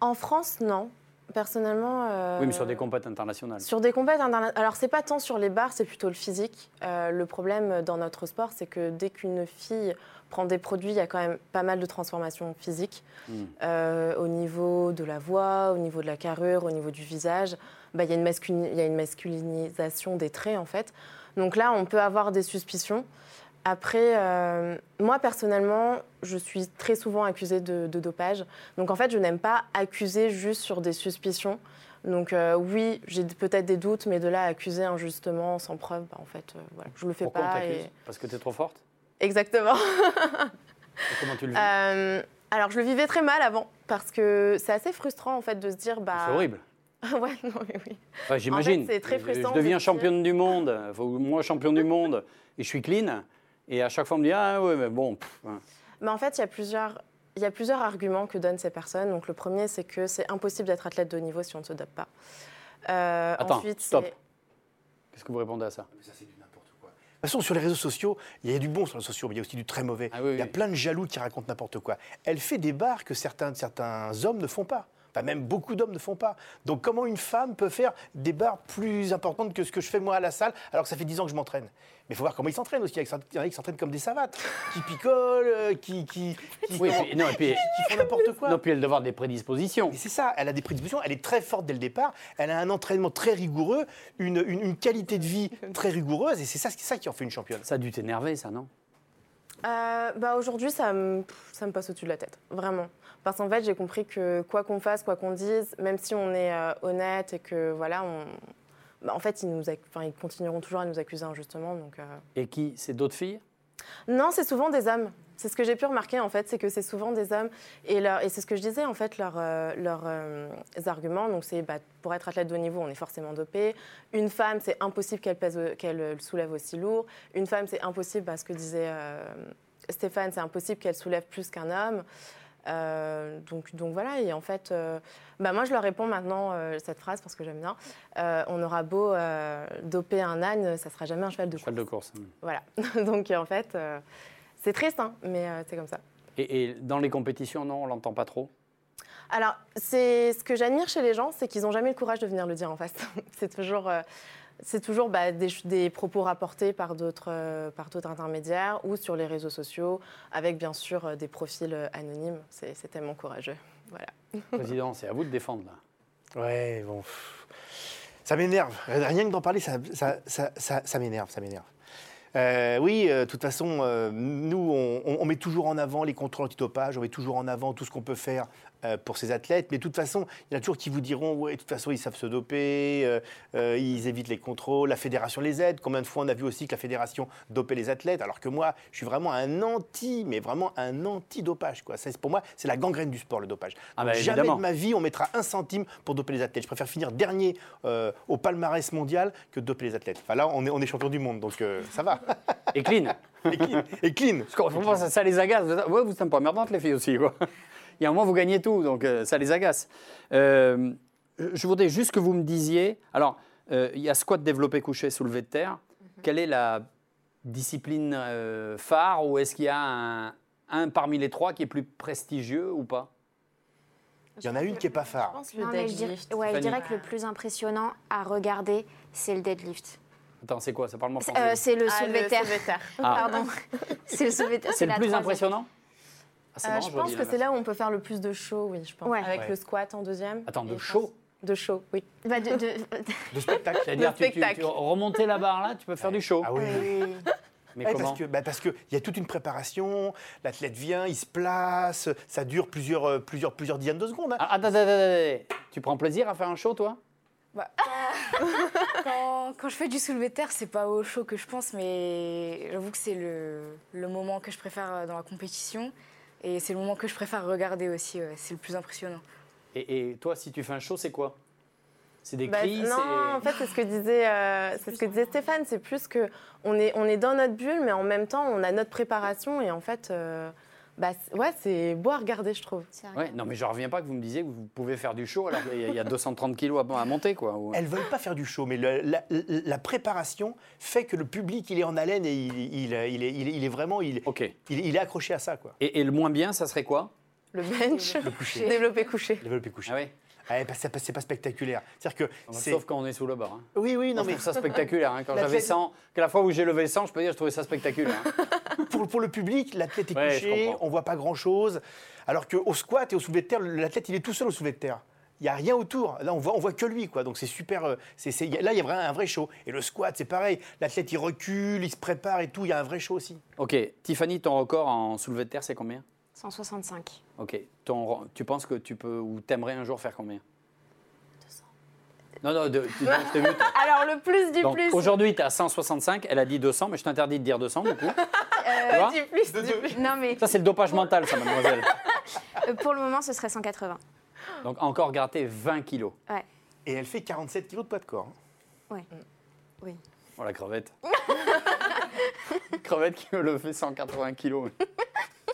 En France, non. Personnellement. euh, Oui, mais sur des compètes internationales. Sur des compètes interna- alors c'est pas tant sur les barres, c'est plutôt le physique. Euh, le problème dans notre sport, c'est que dès qu'une fille prend des produits, il y a quand même pas mal de transformations physiques Mm. Euh, au niveau de la voix, au niveau de la carrure, au niveau du visage. Bah, il, y a une masculini- il y a une masculinisation des traits en fait. Donc là, on peut avoir des suspicions. Après, euh, moi personnellement, je suis très souvent accusée de- de dopage. Donc en fait, je n'aime pas accuser juste sur des suspicions. Donc euh, oui, j'ai peut-être des doutes, mais de là à accuser injustement, sans preuve, bah, en fait, euh, voilà, je le fais Pourquoi on pas. t'accuse et- Parce que t'es trop forte Exactement. Et Comment tu le vis Euh, alors je le vivais très mal avant, parce que c'est assez frustrant en fait de se dire bah. C'est horrible. ouais, non mais oui. Ouais, J'imagine. c'est très Je- frustrant Je de deviens se dire- championne du monde, euh, faut- moi champion du monde, et je suis clean. Et à chaque fois, on me dit Ah ouais, mais bon. pff, hein. Mais en fait, il y a plusieurs. Il y a plusieurs arguments que donnent ces personnes. Donc, le premier, c'est que c'est impossible d'être athlète de haut niveau si on ne se dope pas. Euh, Attends, ensuite, stop. c'est- Qu'est-ce que vous répondez à ça Mais ça, c'est du n'importe quoi. De toute façon, sur les réseaux sociaux, il y a du bon sur les réseaux sociaux, mais il y a aussi du très mauvais. Ah oui, il y a oui. plein de jaloux qui racontent n'importe quoi. Elle fait des barres que certains, certains hommes ne font pas. Enfin, même beaucoup d'hommes ne font pas. Donc, comment une femme peut faire des barres plus importantes que ce que je fais moi à la salle, alors que ça fait 10 ans que je m'entraîne Mais il faut voir comment ils s'entraînent aussi. Il y en a qui s'en- il y en a qui s'entraînent comme des savates, qui picolent, euh, qui, qui, qui- Oui, puis- non, et puis, qui font n'importe quoi. non, puis elle doit avoir des prédispositions. Et c'est ça, elle a des prédispositions, elle est très forte dès le départ, elle a un entraînement très rigoureux, une, une- une qualité de vie très rigoureuse, et c'est ça, c'est ça qui en fait une championne. Ça a dû t'énerver, ça, non Euh, bah, Aujourd'hui, ça me, pff, ça me passe au-dessus de la tête, vraiment. Parce qu'en fait, j'ai compris que quoi qu'on fasse, quoi qu'on dise, même si on est euh, honnête et que voilà, on... bah, en fait, ils, nous ac- enfin, ils continueront toujours à nous accuser injustement. Donc, euh, Et qui C'est d'autres filles non, c'est souvent des hommes. C'est ce que j'ai pu remarquer en fait, c'est que c'est souvent des hommes et, leur- et c'est ce que je disais en fait leurs euh, leurs, euh, arguments. Donc c'est bah, pour être athlète de haut niveau, on est forcément dopé. Une femme, c'est impossible qu'elle pèse euh, qu'elle euh, soulève aussi lourd. Une femme, c'est impossible, bah, ce que disait euh, Stéphane, c'est impossible qu'elle soulève plus qu'un homme. Euh, donc, donc voilà, et en fait, euh, bah, moi je leur réponds maintenant euh, cette phrase parce que j'aime bien. Euh, on aura beau euh, doper un âne, ça sera jamais un cheval de course. Cheval de course. hmm. Voilà. Donc euh, en fait, euh, c'est triste, hein, mais euh, c'est comme ça. Et, et dans les compétitions, non, on l'entend pas trop. Alors, c'est ce que j'admire chez les gens, c'est qu'ils n'ont jamais le courage de venir le dire en face. c'est toujours, euh, c'est toujours bah, des, ch- des propos rapportés par d'autres, euh, par d'autres intermédiaires ou sur les réseaux sociaux, avec bien sûr euh, des profils euh, anonymes. C'est, c'est tellement courageux. Président, c'est à vous de défendre, là. Ouais, bon. pff. Ça m'énerve. Euh, Rien que d'en parler, ça, ça, ça, ça, ça m'énerve, ça m'énerve. Euh, oui, euh, de toute façon, euh, nous, on, on- on met toujours en avant les contrôles antidopage, on met toujours en avant tout ce qu'on peut faire euh, pour ces athlètes. Mais de toute façon, il y en a toujours qui vous diront, ouais, de toute façon, ils savent se doper, euh, euh, ils évitent les contrôles, la fédération les aide. Combien de fois on a vu aussi que la fédération dopait les athlètes, alors que moi, je suis vraiment un anti, mais vraiment un anti-dopage. quoi. Ça, c'est- Pour moi, c'est la gangrène du sport, le dopage. Ah bah, Jamais évidemment. de ma vie, on mettra un centime pour doper les athlètes. Je préfère finir dernier euh, au palmarès mondial que de doper les athlètes. Enfin, là, on est, on est champion du monde, donc euh, ça va. Et clean Et clean. Et clean. Parce qu'on pense ça, ça les agace. Ouais, vous êtes un peu emmerdantes, les filles aussi. Quoi. Il y a un moment, vous gagnez tout, donc euh, ça les agace. Euh, je voudrais juste que vous me disiez. Alors, euh, il y a squat développé, couché, soulevé de terre. Quelle est la discipline euh, phare ou est-ce qu'il y a un, un parmi les trois qui est plus prestigieux ou pas Il y en a une qui est pas Je phare. pense Non, mais je, dir- ouais, je Fanny. dirais que le plus impressionnant à regarder, c'est le deadlift. Attends, c'est quoi Ça parle moi C'est- français. euh, c'est le Ah, soulevé de terre. soulevé de terre. Ah, Pardon. c'est le soulevé de terre. c'est le la plus troisième. impressionnant Ah, c'est Euh, marrant, je vois pense bien que la c'est là où on peut faire le plus de show, oui, je pense. Ouais. Avec Ouais. le squat en deuxième. Attends, de Et je show pense- De show, oui. Bah, de- de- de spectacle. C'est-à-dire, Le tu, tu, spectacle. tu remonter la barre là, tu peux faire du show. Ah oui. euh, Mais Ouais, comment parce que bah, parce que il y a toute une préparation, l'athlète vient, il se place, ça dure plusieurs euh, plusieurs plusieurs dizaines de secondes. hein. Ah, Attends, attends, attends, attends. Tu prends plaisir à faire un show, toi Quand, quand je fais du soulevé de terre, c'est pas au show que je pense, mais j'avoue que c'est le, le moment que je préfère euh, dans la compétition. Et c'est le moment que je préfère regarder aussi, ouais. c'est le plus impressionnant. et, et toi, si tu fais un show, c'est quoi C'est des Bah, cris c'est- non, en fait, c'est ce que disait, euh, c'est ce que disait Stéphane. C'est plus que on est, on est dans notre bulle, mais en même temps, on a notre préparation. Et en fait, euh, bah, c'est- ouais, c'est beau à regarder, je trouve. c'est vrai. Ouais, non, mais je reviens pas que vous me disiez que vous pouvez faire du show alors qu'il y a- il y a 230 kilos à, à monter, quoi. ou- Elles veulent pas faire du show, mais le- la, la préparation fait que le public il est en haleine et il, il, il est, il est- il est vraiment il, Ok. Et, il- il est accroché à ça quoi. et le moins bien, ça serait quoi Le bench, Le coucher. développé couché. Développé couché. Ah ouais Ah ouais, parce que c'est pas, c'est pas spectaculaire. C'est-à-dire que c'est. Ah, Sauf quand on est sous le bar. hein. Oui, oui, Non, non, mais mais je trouve ça spectaculaire. hein. Quand La j'avais tête- 100, que la fois où j'ai levé 100, je peux dire que je trouvais ça spectaculaire. hein. pour, pour le public, l'athlète est Ouais, je couché, comprends. on voit pas grand-chose. Alors qu'au squat et au soulevé de terre, l'athlète, il est tout seul au soulevé de terre. Il n'y a rien autour. Là, on voit, on voit que lui, quoi. Donc c'est super. euh, c'est- c'est- y a- là, il y a vraiment un vrai show. Et le squat, c'est pareil. L'athlète, il recule, il se prépare et tout. Il y a un vrai show aussi. Ok, Tiffany, ton record en soulevé de terre, c'est combien 165. Ok, ton, tu penses que tu peux ou t'aimerais un jour faire combien 200. Non, non, de, tu- non, je t'ai vu, toi. Alors le plus du Donc, plus, Aujourd'hui, tu à 165, elle a dit 200, mais je t'interdis de dire 200 du coup. Tu vois euh, du plus, du plus. Non, mais Ça, c'est le dopage mental, ça, mademoiselle. euh, pour le moment, ce serait 180. Donc, encore gratter 20 kilos. Et elle fait 47 kilos de poids de corps. hein. Oh, la crevette. crevette qui me le fait 180 kilos.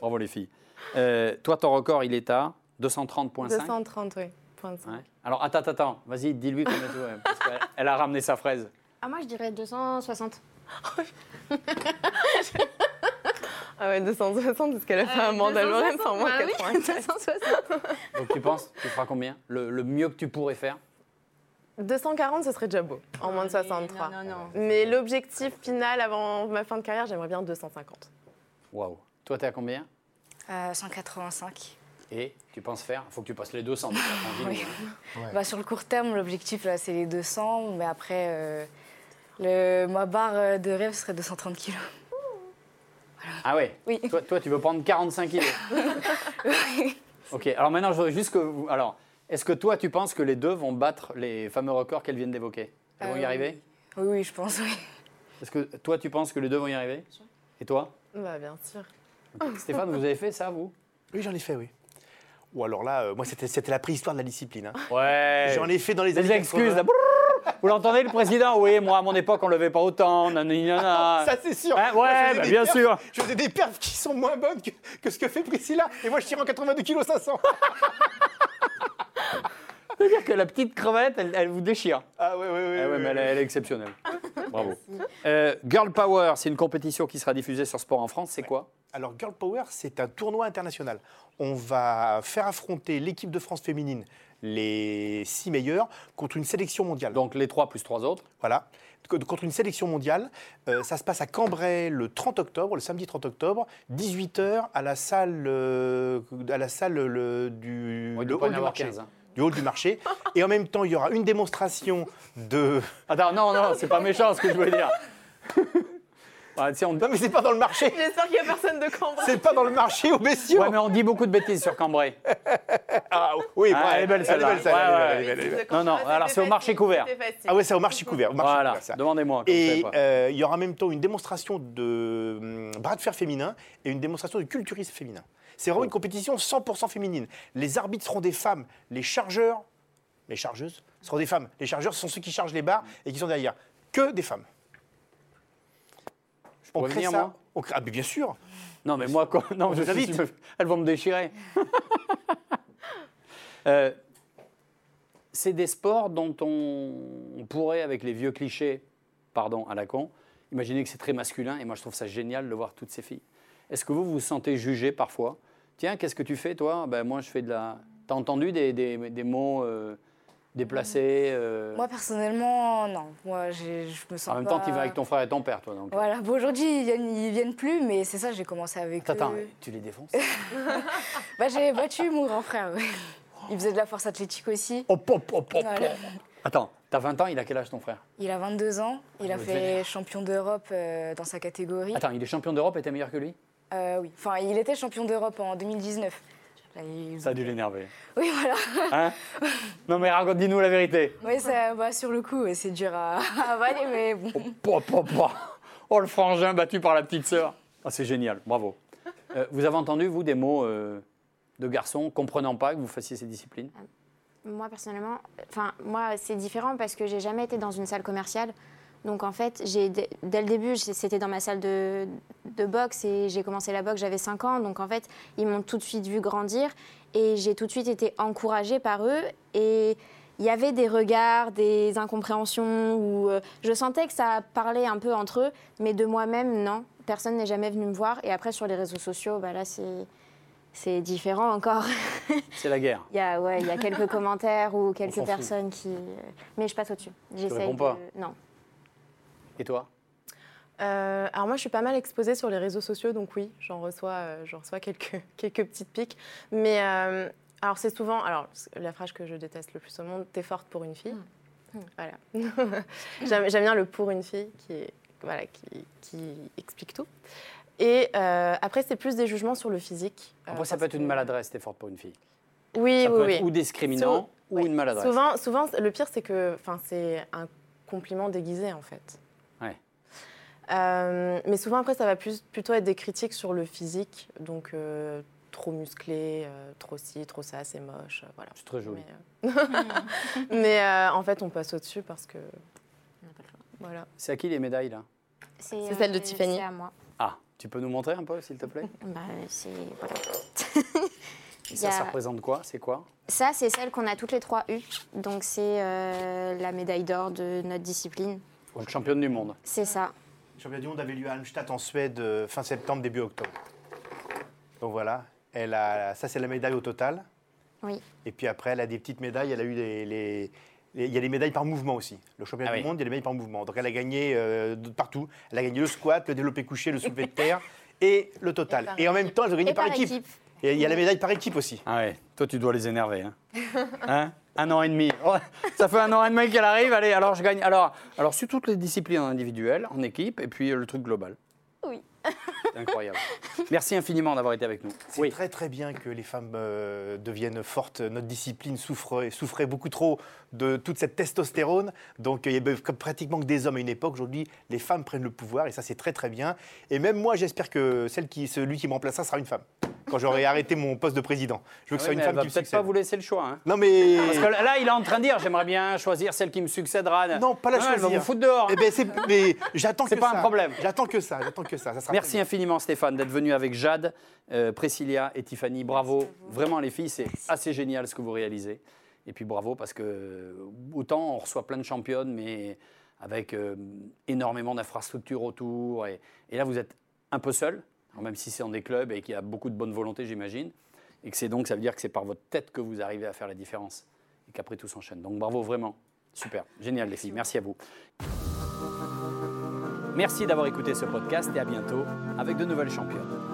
Bravo, les filles. Euh, toi, ton record, il est à 230,5. 230, oui. Point cinq. Ouais. Alors, attends, attends, attends. Vas-y, dis-lui combien tu ouais, parce qu'elle- Elle a ramené sa fraise. Ah, moi, je dirais 260. Ah ouais, 260 parce qu'elle a Euh, fait un Mandalorian sans moins bah 84. 260. Donc, tu penses, tu feras combien le, le mieux que tu pourrais faire 240, ce serait déjà beau, en moins de 63. Ah Non, non, non. Mais l'objectif final avant ma fin de carrière, j'aimerais bien 250. Waouh. Toi, t'es à combien Euh, 185. Et tu penses faire Faut que tu passes les 200. déjà, tranquille. Oui. Bah, sur le court terme, l'objectif là, c'est les 200, mais après, euh, le, ma barre euh, de rêve serait 230 kilos. Ah ouais Oui. Toi, toi, tu veux prendre 45 kilos Ok, alors maintenant, je voudrais juste que vous... Alors, est-ce que toi, tu penses que les deux vont battre les fameux records qu'elles viennent d'évoquer Elles Euh, vont y oui. arriver Oui, oui, je pense, oui. Est-ce que toi, tu penses que les deux vont y arriver Et toi Bah bien sûr. Stéphane, vous avez fait ça, vous Oui, j'en ai fait, oui. Ou alors là, euh, moi, c'était c'était la préhistoire de la discipline. hein. Ouais J'en ai fait dans les années Des excuses, 80. là. Brrr. Vous l'entendez, le président Oui, moi, à mon époque, on levait pas autant, nanani, nanana. Ça, c'est sûr. Hein, ouais, Moi, je faisais bah, des bien perfs- sûr. Je faisais des perfs qui sont moins bonnes que, que ce que fait Priscilla. Et moi, je tire en 82 kg 500. C'est-à-dire que la petite crevette, elle, elle vous déchire. Ah ouais, ouais, ouais. Ah ouais, ouais, mais elle, est- ouais. elle est exceptionnelle. Bravo. Euh, Girl Power, c'est une compétition qui sera diffusée sur Sport en France. C'est quoi Alors, Girl Power, c'est un tournoi international. On va faire affronter l'équipe de France féminine, les six meilleurs, contre une sélection mondiale. Donc les trois plus trois autres. Voilà. Co- Contre une sélection mondiale. Euh, ça se passe à Cambrai le 30 octobre, le samedi 30 octobre, 18h à la salle, euh, à la salle le- du, Ouais, il le doit pas hall y en du avoir marché. 15, hein. Du hall du marché. Et en même temps, il y aura une démonstration de. Attends, non, non, c'est pas méchant ce que je veux dire. Ah, tu sais, on... Non, mais c'est pas dans le marché J'espère qu'il n'y a personne de Cambrai. C'est pas dans le marché, au messieurs Ouais, mais on dit beaucoup de bêtises sur Cambrai. Ah oui, Ah, bref, elle est belle, celle-là. Elle Ouais, est belle, celle-là, elle est ouais, belle, elle est belle, elle est belle. Non, non, alors c'est au marché couvert. Ah ouais, c'est au marché couvert. au marché Voilà, couvert, ça. demandez-moi. comme je sais Et pas. euh, il y aura en même temps une démonstration de hum, bras de fer féminin et une démonstration de culturisme féminin. C'est Oh. vraiment une compétition 100% féminine. Les arbitres seront des femmes, les chargeurs, les chargeuses seront des femmes. Les chargeurs ce sont ceux qui chargent les barres et qui sont derrière. Que des femmes. Je On pourrais crée venir, ça. moi on crée- Ah mais bien sûr. Non, mais moi, quoi Non, je vous suis- invite. Elles vont me déchirer. Euh, c'est des sports dont on, on pourrait, avec les vieux clichés, pardon, à la con, imaginer que c'est très masculin. Et moi, je trouve ça génial de voir toutes ces filles. Est-ce que vous vous sentez jugé parfois Tiens, qu'est-ce que tu fais, toi Ben moi, je fais de la. T'as entendu des, des- des mots euh, déplacé euh, Moi, personnellement, non. Moi, j'ai- je me sens En même pas- temps, tu vas avec ton frère et ton père, toi. Donc. Voilà, bon, aujourd'hui, ils viennent, ils viennent plus, mais c'est ça, j'ai commencé avec Attends, attends, eux. tu les défonces Bah, j'ai battu mon grand frère, oui. Il faisait de la force athlétique aussi. Hop, hop, hop, hop. Voilà. Attends, t'as 20 ans, il a quel âge ton frère Il a 22 ans, il Il a doit être fait vénère. champion d'Europe euh, dans sa catégorie. Ah, Attends, il est champion d'Europe et t'es meilleur que lui Euh, oui, enfin, il était champion d'Europe en 2019. Là, il- Ça a dû l'énerver. Oui, voilà. Hein Non mais raconte, dis-nous la vérité. Oui, ça, bah, sur le coup, ouais, c'est dur à à avaler, mais bon. Oh, po, po, po. Oh, le frangin battu par la petite sœur. Ah, c'est génial, bravo. Euh, vous avez entendu, vous, des mots euh, de garçons comprenant pas que vous fassiez ces disciplines Moi, personnellement, enfin, moi, c'est différent parce que j'ai jamais été dans une salle commerciale. Donc, en fait, j'ai, dès dès le début, j'ai- c'était dans ma salle de, de boxe et j'ai commencé la boxe, j'avais 5 ans. Donc, en fait, ils m'ont tout de suite vu grandir et j'ai tout de suite été encouragée par eux. Et il y avait des regards, des incompréhensions où euh, je sentais que ça parlait un peu entre eux, mais de moi-même, non. Personne n'est jamais venu me voir. Et après, sur les réseaux sociaux, bah là, c'est, c'est différent encore. C'est la guerre. Il y a, ouais, il y a quelques commentaires ou s'en quelques fout. personnes qui. euh, Mais je passe au-dessus. J'essaye. réponds pas. de- Non. Et toi Euh, alors moi, je suis pas mal exposée sur les réseaux sociaux, donc oui, j'en reçois, euh, j'en reçois quelques, quelques petites piques. Mais euh, alors c'est souvent, alors c'est la phrase que je déteste le plus au monde, t'es forte pour une fille. Hmm. Hmm. Voilà. j'aime, j'aime bien le pour une fille qui, est- voilà, qui, qui explique tout. Et euh, après, c'est plus des jugements sur le physique. euh, Après, ça peut parce être une que- maladresse, t'es forte pour une fille. Oui, ça oui, peut oui. être ou discriminant ou Ouais. une maladresse. Souvent, souvent, le pire, c'est que enfin, c'est un compliment déguisé, en fait. Ouais. Euh, mais souvent, après, ça va plus, plutôt être des critiques sur le physique. Donc, euh, trop musclé, euh, trop ci, trop ça, c'est moche. euh, voilà. C'est très joli. Mais, euh, mais, euh, en fait, on passe au-dessus parce que. Voilà. C'est à qui les médailles, là C'est euh, C'est celle de Tiffany. C'est à moi. Ah, tu peux nous montrer un peu, s'il te plaît Bah, c'est. voilà. Il y Ça, ça a- représente quoi C'est quoi Ça, c'est celle qu'on a toutes les trois eues. Donc, c'est euh, la médaille d'or de notre discipline. Donc, championne du monde. C'est ça. Le championnat du monde avait lieu à Halmstad en Suède euh, fin septembre, début octobre. Donc voilà, elle a, ça c'est la médaille au total. Oui. Et puis après, elle a des petites médailles. Elle a eu les, les- les- il y a les médailles par mouvement aussi. Le championnat Ah du oui. monde, il y a les médailles par mouvement. Donc elle a gagné euh, de- partout. Elle a gagné le squat, le développé couché, le soulevé de terre et le Et total. par Et, en même temps, elles ont gagné Et par par équipe. équipe. Et il y a la médaille par équipe aussi. Ah ouais, toi, tu dois les énerver. Hein, Hein un an et demi. Oh, ça fait un an et demi qu'elle arrive. Allez, alors je gagne. Alors, alors, sur toutes les disciplines en individuel, en équipe, et puis euh, le truc global. Oui. C'est incroyable. Merci infiniment d'avoir été avec nous. C'est très très bien que les femmes euh, deviennent fortes. Notre discipline souffre et souffrait beaucoup trop de toute cette testostérone. Donc euh, il y avait comme pratiquement que des hommes à une époque. Aujourd'hui, les femmes prennent le pouvoir et ça c'est très très bien. Et même moi, j'espère que celle qui, celui qui me remplacera sera une femme. Quand j'aurai arrêté mon poste de président, je veux que ce Ouais, soit une Ah mais elle femme va qui me peut-être succède. pas vous laisser le choix. hein. Non mais Parce que là, il est en train de dire j'aimerais bien choisir celle qui me succédera. non, pas la Elle va choisir. vous foutre dehors. Eh ben, c'est- mais j'attends que C'est pas un ça. problème. J'attends que ça. J'attends que ça. ça sera Merci très bien. infiniment Stéphane d'être venu avec Jade, euh, Priscilla et Tiffany. Bravo, vraiment les filles, c'est assez génial ce que vous réalisez. Et puis bravo parce que euh, autant on reçoit plein de championnes, mais avec euh, énormément d'infrastructures autour. Et, et là, vous êtes un peu seul, alors même si c'est dans des clubs et qu'il y a beaucoup de bonne volonté, j'imagine. Et que c'est donc, ça veut dire que c'est par votre tête que vous arrivez à faire la différence et qu'après tout s'enchaîne. Donc bravo vraiment, super, génial les filles. Merci à vous. Merci d'avoir écouté ce podcast et à bientôt avec de nouvelles championnes.